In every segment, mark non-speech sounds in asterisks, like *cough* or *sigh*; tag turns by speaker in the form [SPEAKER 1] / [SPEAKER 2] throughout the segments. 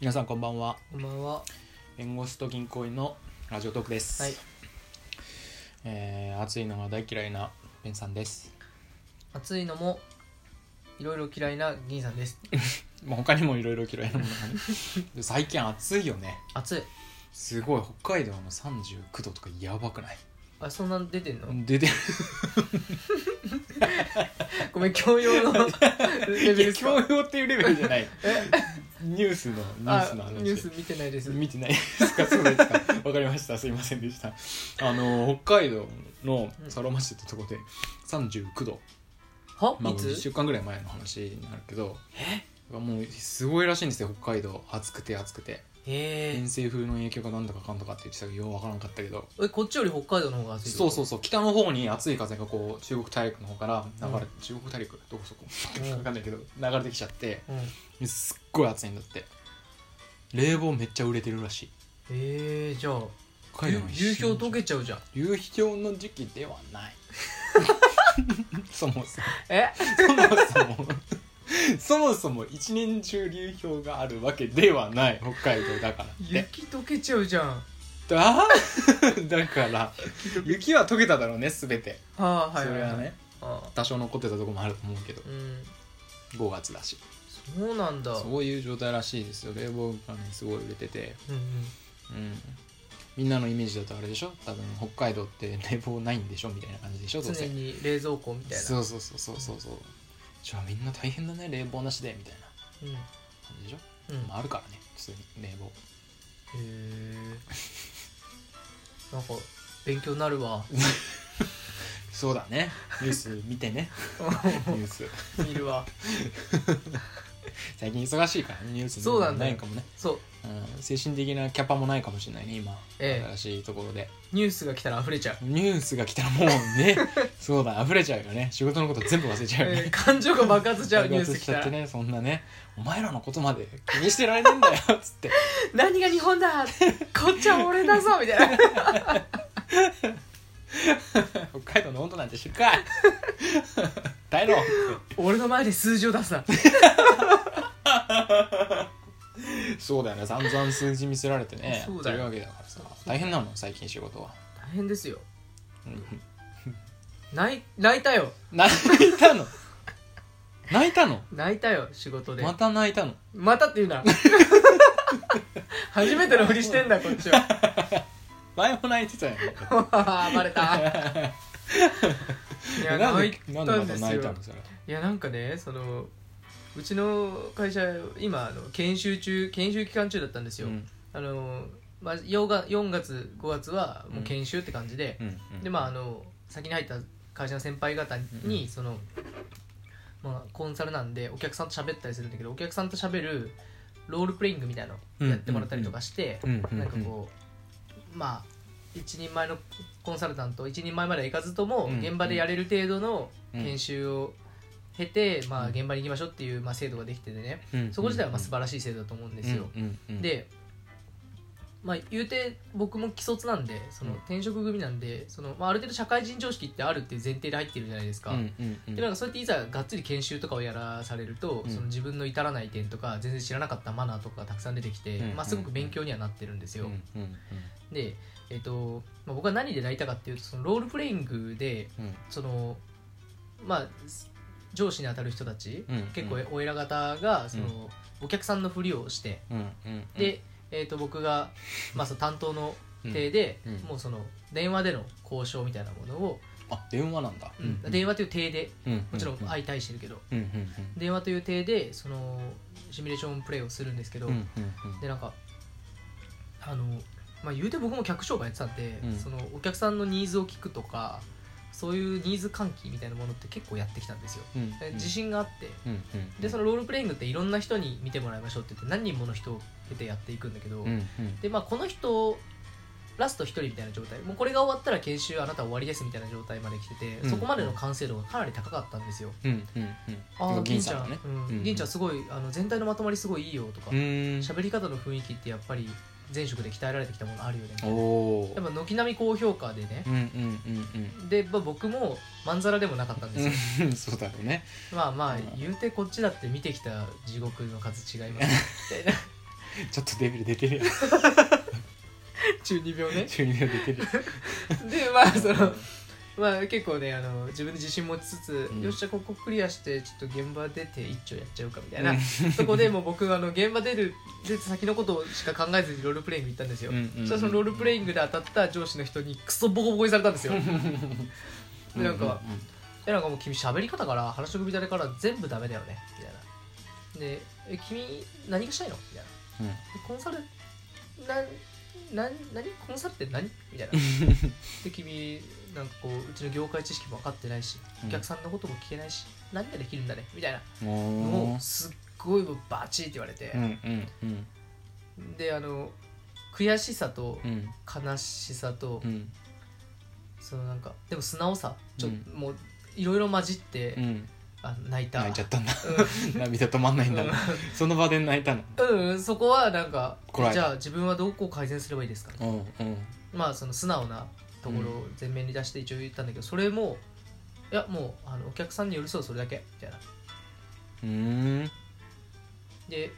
[SPEAKER 1] 皆さんこんばんは
[SPEAKER 2] こんばんは。
[SPEAKER 1] 弁護士と銀行員のラジオトークです、
[SPEAKER 2] はい
[SPEAKER 1] えー暑いのが大嫌いなベンさんです、
[SPEAKER 2] 暑いのもいろいろ嫌いな銀さんです。
[SPEAKER 1] まあ、他にもいろいろ嫌いなものがねで最近暑いよね
[SPEAKER 2] 暑い。
[SPEAKER 1] すごい北海道の39度とかやばくない
[SPEAKER 2] あそんなん出てんの？
[SPEAKER 1] 出て
[SPEAKER 2] ごめん教
[SPEAKER 1] *laughs*
[SPEAKER 2] 養のレベル
[SPEAKER 1] る
[SPEAKER 2] っ
[SPEAKER 1] い
[SPEAKER 2] す
[SPEAKER 1] 教
[SPEAKER 2] か。
[SPEAKER 1] 養っていうレベルじゃないニュースのニュースの
[SPEAKER 2] あ
[SPEAKER 1] 話
[SPEAKER 2] ニュース見てないです。
[SPEAKER 1] 見てないですかそうですかわかりましたすいませんでしたあの北海道のサロマ市ってとこで39度、
[SPEAKER 2] は？
[SPEAKER 1] まあ、
[SPEAKER 2] いつ
[SPEAKER 1] 1？週間ぐらい前の話になるけどもうすごいらしいんですよ北海道暑くて暑くて
[SPEAKER 2] え
[SPEAKER 1] 偏
[SPEAKER 2] ー
[SPEAKER 1] 西風の影響がなんだかかんだかって言ってたけどようわからんかったけど
[SPEAKER 2] えこっちより北海道の方が暑い。。
[SPEAKER 1] そうそううそう北の方に暑い風がこう中国大陸の方から流れ、
[SPEAKER 2] うん
[SPEAKER 1] 中国大陸どこそこ
[SPEAKER 2] うん
[SPEAKER 1] わかんないけど流れてきちゃって
[SPEAKER 2] うん。
[SPEAKER 1] すっごい暑いんだって冷房めっちゃ売れてるらしい
[SPEAKER 2] えー、じゃあ
[SPEAKER 1] 北海
[SPEAKER 2] 流
[SPEAKER 1] 道の一
[SPEAKER 2] 流
[SPEAKER 1] 瞬
[SPEAKER 2] 氷溶けちゃうじゃん。
[SPEAKER 1] 流氷の時期ではない
[SPEAKER 2] *laughs*
[SPEAKER 1] *laughs* そもそも
[SPEAKER 2] え？
[SPEAKER 1] そもそもそもそも一年中流氷があるわけではない北海道だからって
[SPEAKER 2] 雪溶けちゃうじゃん。は
[SPEAKER 1] だだから雪は溶けただろうね全て
[SPEAKER 2] あはい
[SPEAKER 1] そ
[SPEAKER 2] はい
[SPEAKER 1] れ
[SPEAKER 2] はい。
[SPEAKER 1] はね
[SPEAKER 2] あ
[SPEAKER 1] 多少残ってたとこもあると思うけど
[SPEAKER 2] うん。
[SPEAKER 1] 5月だし
[SPEAKER 2] そうなんだ。
[SPEAKER 1] そういう状態らしいですよ冷房がねすごい売れてて
[SPEAKER 2] うんうん。
[SPEAKER 1] うんみんなのイメージだとあれでしょ多分北海道って冷房ないんでしょみたいな感じでしょどうせ
[SPEAKER 2] 常に冷蔵庫みたいな。
[SPEAKER 1] そうそうそうそうそうそうじゃあみんな大変だね冷房なしでみたいな
[SPEAKER 2] うん。
[SPEAKER 1] 感じでしょ、
[SPEAKER 2] うん。
[SPEAKER 1] まあ、あるからね普通に冷房
[SPEAKER 2] へえんか勉強にな
[SPEAKER 1] *laughs*
[SPEAKER 2] るわ
[SPEAKER 1] そうだねニュース見て
[SPEAKER 2] *laughs*
[SPEAKER 1] ねニュース
[SPEAKER 2] 見るわ
[SPEAKER 1] 最近忙しいからねニュース見る
[SPEAKER 2] そうなんだよ
[SPEAKER 1] ないかもね
[SPEAKER 2] そう
[SPEAKER 1] うん、精神的なキャパもないかもしれないね今、
[SPEAKER 2] ええ
[SPEAKER 1] 新しいところで
[SPEAKER 2] ニュースが来たら溢れちゃう、
[SPEAKER 1] ニュースが来たらもう
[SPEAKER 2] *laughs*
[SPEAKER 1] ねそうだ溢れちゃうよね仕事のこと全部忘れちゃうよ
[SPEAKER 2] えー
[SPEAKER 1] ね、
[SPEAKER 2] 感情が爆発しちゃうニュース来
[SPEAKER 1] 来た
[SPEAKER 2] た
[SPEAKER 1] って
[SPEAKER 2] ら
[SPEAKER 1] ねそんなねお前らのことまで気にしてられねえんだよっつ
[SPEAKER 2] *laughs*
[SPEAKER 1] って
[SPEAKER 2] 何が日本だこっちは俺だぞ
[SPEAKER 1] *laughs*
[SPEAKER 2] みたいな
[SPEAKER 1] 北海道の温度なんて知るかい大の
[SPEAKER 2] 俺の前で数字を出すな
[SPEAKER 1] そうだよね散々数字見せられてね
[SPEAKER 2] そうだよ
[SPEAKER 1] やってるわけだからさ大変なの最近仕事は、
[SPEAKER 2] 大変ですよ
[SPEAKER 1] うん
[SPEAKER 2] 泣い泣いたよ
[SPEAKER 1] 泣いたの泣いたの
[SPEAKER 2] 泣いたよ仕事で
[SPEAKER 1] ま
[SPEAKER 2] ま
[SPEAKER 1] た泣いたの
[SPEAKER 2] たって言
[SPEAKER 1] *laughs*
[SPEAKER 2] うな初めてのふりしてんだこっち
[SPEAKER 1] *laughs*
[SPEAKER 2] は
[SPEAKER 1] 前も泣いてたよね
[SPEAKER 2] バレ
[SPEAKER 1] *laughs*
[SPEAKER 2] たいや
[SPEAKER 1] なん
[SPEAKER 2] 泣い
[SPEAKER 1] でな
[SPEAKER 2] た
[SPEAKER 1] んでまた
[SPEAKER 2] んです
[SPEAKER 1] 泣い
[SPEAKER 2] よ
[SPEAKER 1] たのそれ
[SPEAKER 2] いやなんかねそのうちの会社今あの研修中研修期間中だったんですよ、
[SPEAKER 1] うん
[SPEAKER 2] あの、まあ、4, が4月5月はもううん研修って感じで、
[SPEAKER 1] うんうん
[SPEAKER 2] でまああの先に入った会社の先輩方
[SPEAKER 1] う
[SPEAKER 2] にその、まあ、コンサルなんでお客さんと喋ったりするんだけどお客さんと喋るロールプレイングみたいなのやってもらったりとかして、
[SPEAKER 1] うんうん
[SPEAKER 2] なんかこうまあ一人前のコンサルタント一人前まではいかずとも
[SPEAKER 1] うん
[SPEAKER 2] 現場でやれる程度の
[SPEAKER 1] うん
[SPEAKER 2] 研修を経て、まあ、
[SPEAKER 1] うん
[SPEAKER 2] 現場に行きましょうっていう、まあ、制度ができててね
[SPEAKER 1] うんうん
[SPEAKER 2] そこ自体はまあ素晴らしい制度だと思うんですよ。
[SPEAKER 1] うんうんうん
[SPEAKER 2] で、まあ、言うて僕も既卒なんでその
[SPEAKER 1] うん
[SPEAKER 2] 転職組なんでその、まあ、ある程度社会人常識ってあるっていう前提で入ってるじゃないですか。
[SPEAKER 1] うんうんうん
[SPEAKER 2] でなんかそうやっていざがっつり研修とかをやらされると、
[SPEAKER 1] うん
[SPEAKER 2] その自分の至らない点とか全然知らなかったマナーとかがたくさん出てきて、
[SPEAKER 1] うん
[SPEAKER 2] まあ、すごく勉強にはなってるんですよ。
[SPEAKER 1] うんうん
[SPEAKER 2] で、えっとまあ、僕は何で泣いたかっていうとそのロールプレイングで
[SPEAKER 1] うん
[SPEAKER 2] そのまあす上司に当たる人たち、
[SPEAKER 1] うん
[SPEAKER 2] 結構お偉方がその、
[SPEAKER 1] う
[SPEAKER 2] お客さんのふりをして、
[SPEAKER 1] うんうんうん
[SPEAKER 2] で、えー、と僕が、まあ、その担当の手で、
[SPEAKER 1] うんうん
[SPEAKER 2] もうその電話での交渉みたいなものを、
[SPEAKER 1] あ電話なんだ
[SPEAKER 2] うん電話という手でもちろん
[SPEAKER 1] い
[SPEAKER 2] 相対してるけど、
[SPEAKER 1] うんうん
[SPEAKER 2] 電話という手でそのシミュレーションプレイをするんですけど、
[SPEAKER 1] うんうんうん
[SPEAKER 2] でなんかあの、まあ、言うて僕も客商売やってたんで、
[SPEAKER 1] うん
[SPEAKER 2] そのお客さんのニーズを聞くとかそういうニーズ喚起みたいなものって結構やってきたんですよ
[SPEAKER 1] うん
[SPEAKER 2] で
[SPEAKER 1] うん
[SPEAKER 2] 自信があって
[SPEAKER 1] うんうん
[SPEAKER 2] でそのロールプレイングっていろんな人に見てもらいましょうって言って何人もの人を経てやっていくんだけど、
[SPEAKER 1] うんうん
[SPEAKER 2] でまあこの人ラスト1人みたいな状態もうこれが終わったら研修あなた終わりですみたいな状態まで来てて、
[SPEAKER 1] うん
[SPEAKER 2] そこまでの完成度がかなり高かったんですよ、
[SPEAKER 1] うんうんうん
[SPEAKER 2] ああ
[SPEAKER 1] 銀
[SPEAKER 2] 銀
[SPEAKER 1] ち
[SPEAKER 2] ち
[SPEAKER 1] ゃん
[SPEAKER 2] ゃ
[SPEAKER 1] は
[SPEAKER 2] ん、
[SPEAKER 1] ね
[SPEAKER 2] うん
[SPEAKER 1] うん
[SPEAKER 2] 銀ちゃんすごいあの全体のまとまりすごいいいよとか
[SPEAKER 1] うーん
[SPEAKER 2] 喋、り方の雰囲気ってやっぱり前職で鍛えられてきたものあるよね
[SPEAKER 1] おー
[SPEAKER 2] やっぱ軒並み高評価でね
[SPEAKER 1] う、んうんうん
[SPEAKER 2] で、まあ、僕もまんざらでもなかったんですよ、
[SPEAKER 1] うんそうだよね
[SPEAKER 2] まあまあ
[SPEAKER 1] うん *laughs*
[SPEAKER 2] 言うてこっちだって見てきた地獄の数違いますみたいな
[SPEAKER 1] ちょっとデビル出てるやん
[SPEAKER 2] 12秒ね
[SPEAKER 1] 中二秒出てる
[SPEAKER 2] *laughs* でまあそのまあ結構ねあの自分で自信持ちつつ、
[SPEAKER 1] うん
[SPEAKER 2] よっしゃここクリアしてちょっと現場出て一丁やっちゃうかみたいな、そこでもう僕はあの現場出る出て先のことしか考えずにロールプレイング行ったんですよ、
[SPEAKER 1] うんうんうん
[SPEAKER 2] そしたらそのロールプレイングで当たった上司の人にクソボコボコにされたんです
[SPEAKER 1] *laughs*
[SPEAKER 2] よでなんか「えなんかもう君喋り方から話の組み立てから全部ダメだよね」みたいなで「え君何がしたいの?」みたいな
[SPEAKER 1] うんうん
[SPEAKER 2] 「コンサルなんなん何コンサルって何?」
[SPEAKER 1] *laughs*
[SPEAKER 2] みたいなで君なんかこううちの業界知識も分かってないし
[SPEAKER 1] うん
[SPEAKER 2] お客さんのことも聞けないし、何ができるんだねみたいな
[SPEAKER 1] うん
[SPEAKER 2] の
[SPEAKER 1] も
[SPEAKER 2] をすっごいバチって言われて
[SPEAKER 1] うう、んうんうん
[SPEAKER 2] であの悔しさと
[SPEAKER 1] うん
[SPEAKER 2] 悲しさと、
[SPEAKER 1] うん
[SPEAKER 2] そのなんかでも素直さちょ、
[SPEAKER 1] うん
[SPEAKER 2] もういろいろ混じって、
[SPEAKER 1] うん
[SPEAKER 2] あ泣いた
[SPEAKER 1] 泣いちゃったんだ
[SPEAKER 2] うん
[SPEAKER 1] 涙止まんないんだなその場で泣いたの
[SPEAKER 2] うんうん、そこはなんか
[SPEAKER 1] こらえた
[SPEAKER 2] じゃあ自分はどこを改善すればいいですか
[SPEAKER 1] うんうん
[SPEAKER 2] まあその素直なところを前面に出して一応言ったんだけど、それもいやもうあのお客さんに寄り添うそれだけみたいな
[SPEAKER 1] うーん
[SPEAKER 2] で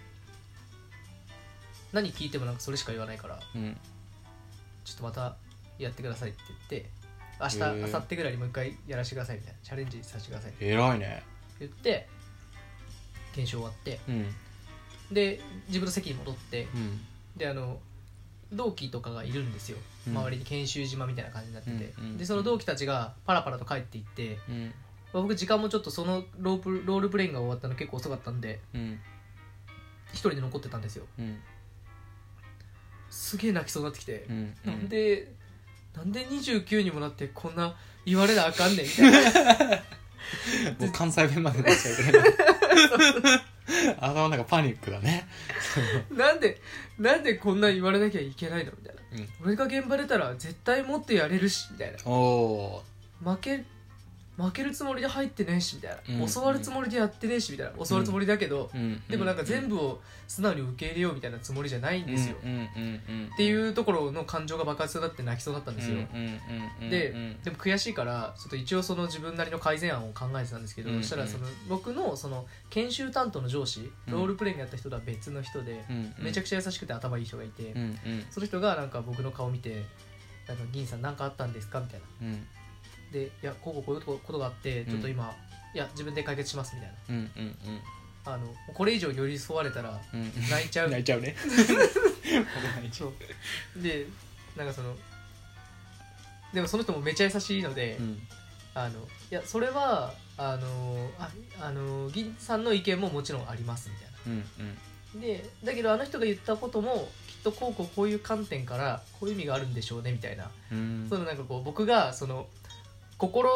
[SPEAKER 2] 何聞いてもなんかそれしか言わないから
[SPEAKER 1] うん
[SPEAKER 2] ちょっとまたやってくださいって言って明日
[SPEAKER 1] へー
[SPEAKER 2] 明後日ぐらいにもう一回やらせてくださいみたいなチャレンジさせてくださいって
[SPEAKER 1] 偉いね
[SPEAKER 2] 言って検証終わって
[SPEAKER 1] うん
[SPEAKER 2] で自分の席に戻って
[SPEAKER 1] うん
[SPEAKER 2] であの同期とかがいるんですよ、
[SPEAKER 1] うん
[SPEAKER 2] 周りに研修島みたいな感じになってて、
[SPEAKER 1] うんうん
[SPEAKER 2] でその同期たちがパラパラと帰っていって、
[SPEAKER 1] うん
[SPEAKER 2] まあ僕時間もちょっとそのロープロールプレイングが終わったの結構遅かったんで
[SPEAKER 1] うん
[SPEAKER 2] 一人で残ってたんですよ
[SPEAKER 1] うん
[SPEAKER 2] すげえ泣きそうになってきて
[SPEAKER 1] う、ん
[SPEAKER 2] なんでなんで29にもなってこんな言われなあかんねんみたい
[SPEAKER 1] *laughs*
[SPEAKER 2] な
[SPEAKER 1] もう関西弁まで出しちゃいけない頭の中パニックだね
[SPEAKER 2] なんでなんでこんな言われなきゃいけないのみたい
[SPEAKER 1] う
[SPEAKER 2] な、
[SPEAKER 1] ん
[SPEAKER 2] 俺が現場出たら絶対もっとやれるしみたいな
[SPEAKER 1] おお
[SPEAKER 2] 負け負けるつもりで入ってねえしみたいな、
[SPEAKER 1] うん
[SPEAKER 2] 教わるつもりでやってねえしみたいな教わるつもりだけど、
[SPEAKER 1] ーうん
[SPEAKER 2] でもなんか全部を素直に受け入れようみたいなつもりじゃないんですよ、
[SPEAKER 1] うんうんうんうん
[SPEAKER 2] っていうところの感情が爆発になって泣きそうだったんですよ、
[SPEAKER 1] うんうんうんうんうん
[SPEAKER 2] で
[SPEAKER 1] うん
[SPEAKER 2] でも悔しいからちょっと一応その自分なりの改善案を考えてたんですけど、
[SPEAKER 1] うん
[SPEAKER 2] そしたらその僕のその研修担当の上司ロールプレイングやった人とは別の人で、
[SPEAKER 1] うん
[SPEAKER 2] めちゃ
[SPEAKER 1] くち
[SPEAKER 2] くちゃ優しくて頭いい人がいて、
[SPEAKER 1] ゃうんうん
[SPEAKER 2] その人がなんか僕の顔見て「なんか銀さん何かあったんですか?」みたいな
[SPEAKER 1] うん
[SPEAKER 2] で「いやこうこうこういうことことがあってちょっと今、いや自分で解決します」みたい
[SPEAKER 1] うんうんうん
[SPEAKER 2] なあのこれ以上寄り添われたら
[SPEAKER 1] うん
[SPEAKER 2] 泣いちゃ
[SPEAKER 1] *laughs*
[SPEAKER 2] う
[SPEAKER 1] 泣いちゃうね泣いちゃう
[SPEAKER 2] そうでなんかそのでもその人もめちゃ優しいので、
[SPEAKER 1] うん
[SPEAKER 2] あのいやそれはあのああの銀さんの意見ももちろんありますみたいな
[SPEAKER 1] うん
[SPEAKER 2] でだけどあの人が言ったこともきっとこうこうこういう観点からこういう意味があるんでしょうねみたいな、
[SPEAKER 1] うん
[SPEAKER 2] そのなんかこう僕がその心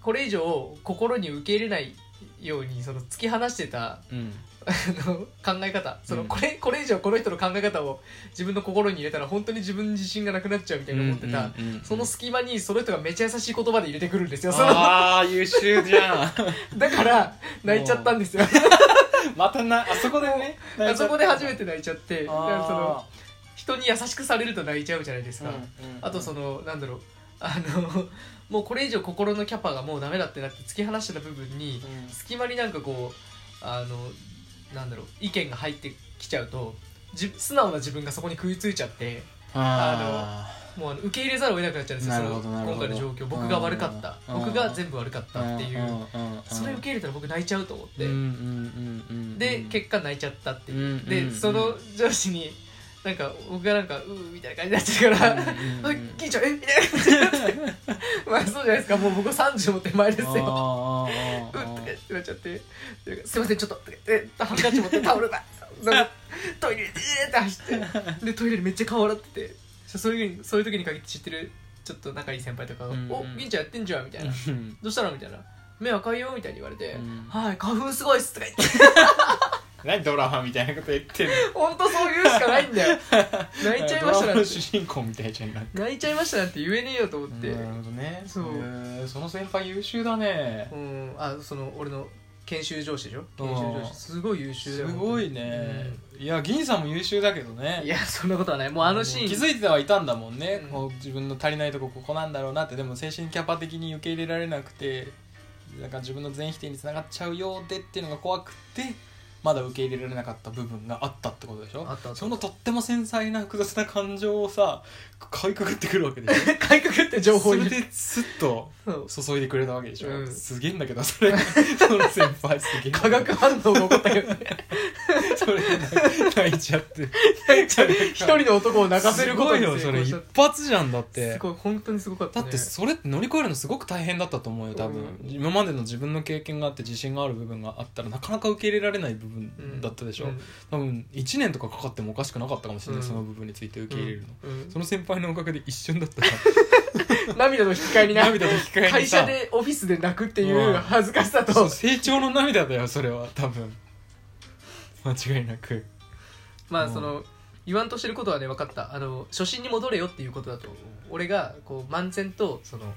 [SPEAKER 2] これ以上心に受け入れないようにその突き放してた
[SPEAKER 1] うん
[SPEAKER 2] あの考え方その、
[SPEAKER 1] うん
[SPEAKER 2] これこれ以上この人の考え方を自分の心に入れたら本当に自分に自信がなくなっちゃうみたいに思ってた、
[SPEAKER 1] うんうんうん
[SPEAKER 2] その隙間にその人がめちゃ優しい言葉で入れてくるんですよその
[SPEAKER 1] ああ優秀じゃん
[SPEAKER 2] だから泣いちゃったんですよ
[SPEAKER 1] またなあそこでね
[SPEAKER 2] *laughs* あそこで初め
[SPEAKER 1] て
[SPEAKER 2] て泣いちゃってだからその人に優しくされると泣いちゃうじゃないですか、あとそ
[SPEAKER 1] の
[SPEAKER 2] のなんだろう *laughs* あのもうこれ以上心のキャパがもうダメだってなって突き放してた部分に隙間になんかこうあのなんだろう意見が入ってきちゃうとじ素直な自分がそこに食いついちゃって
[SPEAKER 1] あ
[SPEAKER 2] もうあの受け入れざるを得なくなっちゃうんですよ
[SPEAKER 1] なるほど
[SPEAKER 2] そ
[SPEAKER 1] なる
[SPEAKER 2] の
[SPEAKER 1] ほど
[SPEAKER 2] 今回の状況僕が悪かった
[SPEAKER 1] うん
[SPEAKER 2] 僕が全部悪かっ
[SPEAKER 1] の
[SPEAKER 2] たってい
[SPEAKER 1] ん
[SPEAKER 2] うん
[SPEAKER 1] うんうん
[SPEAKER 2] それ受け入れたら僕泣いちゃうと思って、
[SPEAKER 1] うんうんうんうん
[SPEAKER 2] で結果泣いちゃったっていう、
[SPEAKER 1] うん
[SPEAKER 2] でその上司になんか僕がなんかうーみたいな感じに *laughs* なってたから
[SPEAKER 1] うんうんうん
[SPEAKER 2] 「あ銀ちゃんえみたいな感じになって
[SPEAKER 1] *laughs*
[SPEAKER 2] まあそうじゃないですかもう僕は30も手前ですよ
[SPEAKER 1] あーあ
[SPEAKER 2] う
[SPEAKER 1] ー
[SPEAKER 2] ん
[SPEAKER 1] あ
[SPEAKER 2] とか
[SPEAKER 1] ー
[SPEAKER 2] ってなっちゃって「すいませんちょっと」とか言ってハンカチ持ってタオルだなんかトイレにえーって走ってでトイレでめっちゃ顔洗っててそそういうそういう時に限って知ってるちょっと仲いい先輩とかが
[SPEAKER 1] うんうん
[SPEAKER 2] お銀ちゃんやってんじゃん」みたいな「
[SPEAKER 1] うん
[SPEAKER 2] どうしたの?」みたいな「目赤いよ」みたいに言われて
[SPEAKER 1] うん
[SPEAKER 2] 「はい花粉すごいっす」とか言って
[SPEAKER 1] 何ドラマみたいなこと言ってんの
[SPEAKER 2] 本当そう言うしかない
[SPEAKER 1] *laughs*
[SPEAKER 2] んだよ泣いちゃいま
[SPEAKER 1] ド
[SPEAKER 2] し
[SPEAKER 1] ラ
[SPEAKER 2] たな
[SPEAKER 1] マ
[SPEAKER 2] ん
[SPEAKER 1] の
[SPEAKER 2] て
[SPEAKER 1] 主人公みたいじゃんな
[SPEAKER 2] 泣いちゃいましたなんて言えねえよと思って
[SPEAKER 1] なるほどね
[SPEAKER 2] そう
[SPEAKER 1] へーその先輩優秀だね
[SPEAKER 2] うんあその俺の研修上司でしょ
[SPEAKER 1] うん
[SPEAKER 2] 研修上司すごい優秀だ
[SPEAKER 1] す
[SPEAKER 2] よ
[SPEAKER 1] ごいねいや銀さんも優秀だけど
[SPEAKER 2] 本当にい
[SPEAKER 1] ね
[SPEAKER 2] やそんなことはないもうあのシーン
[SPEAKER 1] 気づいてはいたんだもんね
[SPEAKER 2] うん
[SPEAKER 1] こう自分の足りないとこここなんだろうなってでも精神キャパ的に受け入れられなくてなんか自分の全否定につながっちゃうようでっていうのが怖くてまだ受け入れられなかった部分があったってことでしょ
[SPEAKER 2] あったあった
[SPEAKER 1] そのとっても繊細な複雑な感情をさかいくぐってくるわけでしょ
[SPEAKER 2] かいくぐって情報に
[SPEAKER 1] それですっと
[SPEAKER 2] そう
[SPEAKER 1] 注いでくれたわけでしょ、
[SPEAKER 2] うん
[SPEAKER 1] すげえんだけどそれ
[SPEAKER 2] *laughs*
[SPEAKER 1] その先輩すげえんだけど
[SPEAKER 2] 化学反応が起こ
[SPEAKER 1] *laughs*
[SPEAKER 2] ったけどね
[SPEAKER 1] それ泣いちゃって
[SPEAKER 2] 一人の男を泣かせること
[SPEAKER 1] すごい
[SPEAKER 2] に
[SPEAKER 1] よそ
[SPEAKER 2] 成
[SPEAKER 1] れ
[SPEAKER 2] 功し
[SPEAKER 1] 一
[SPEAKER 2] たって
[SPEAKER 1] 発じゃんだって
[SPEAKER 2] すごい本当にすごかった
[SPEAKER 1] だ
[SPEAKER 2] ね
[SPEAKER 1] ってそれって乗り越えるのすごく大変だったと思うよ多分、
[SPEAKER 2] うん
[SPEAKER 1] 今までの自分の経験があって自信がある部分があったらなかなか受け入れられない部分だったでしょ、
[SPEAKER 2] うん
[SPEAKER 1] 多分1年とかかかってもおかしくなかったかもしれない、
[SPEAKER 2] うん
[SPEAKER 1] その部分について受け入れるの、
[SPEAKER 2] うん
[SPEAKER 1] その先輩のおかげで一瞬だったら
[SPEAKER 2] 涙の引き換えにな
[SPEAKER 1] 涙と引き換えにさ
[SPEAKER 2] 会社でオフィスで泣くっていううん恥ずかしさ
[SPEAKER 1] そう
[SPEAKER 2] と
[SPEAKER 1] 成長の涙だよそれは多分間違いなく
[SPEAKER 2] まあその言わんとしてることはね分かったあの初心に戻れよっていうことだと俺がこう漫然とその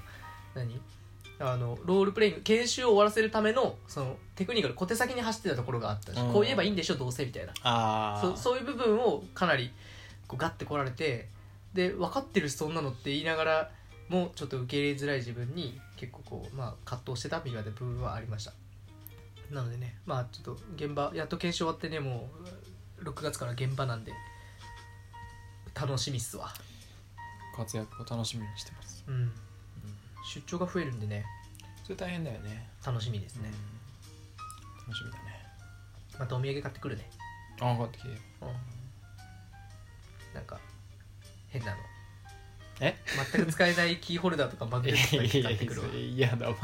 [SPEAKER 2] 何あのロールプレイング研修を終わらせるためのそのテクニカル小手先に走ってたところがあったし、
[SPEAKER 1] うん
[SPEAKER 2] こう言えばいいんでしょどうせみたいな
[SPEAKER 1] あ
[SPEAKER 2] そそういう部分をかなりこうガッてこられてで分かってるしそんなのって言いながらもちょっと受け入れづらい自分に結構こう、まあ、葛藤してたみたいな部分はありましたなのでねまあちょっと現場やっと研修終わってねもう6月から現場なんで楽しみっすわ
[SPEAKER 1] 活躍を楽しみにしてます
[SPEAKER 2] うん、出張が増えるんでね
[SPEAKER 1] それ大変だよね
[SPEAKER 2] 楽しみですね、
[SPEAKER 1] うん楽しみだね
[SPEAKER 2] またお土産買ってくるね
[SPEAKER 1] あ分かってきて
[SPEAKER 2] うんなんか変なの
[SPEAKER 1] え
[SPEAKER 2] 全く使えないキーホルダーとかマグネットとか買ってくるわ
[SPEAKER 1] *laughs* 嫌だわ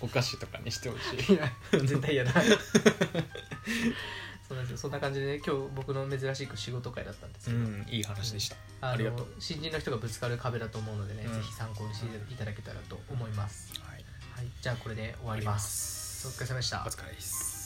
[SPEAKER 1] お菓子とかにしてほしい
[SPEAKER 2] いや絶対嫌だそうなんですよそんな感じでね今日僕の珍しく仕事会だったんですけ
[SPEAKER 1] う
[SPEAKER 2] ど、
[SPEAKER 1] ん、いい話でした。
[SPEAKER 2] あの
[SPEAKER 1] ありがとう
[SPEAKER 2] 新人の人がぶつかる壁だと思うのでね、
[SPEAKER 1] うん
[SPEAKER 2] ぜひ参考にしていただけたらと思います、
[SPEAKER 1] はい、
[SPEAKER 2] はい、じゃあこれで終わります
[SPEAKER 1] す
[SPEAKER 2] お疲れ様でした
[SPEAKER 1] お疲れです。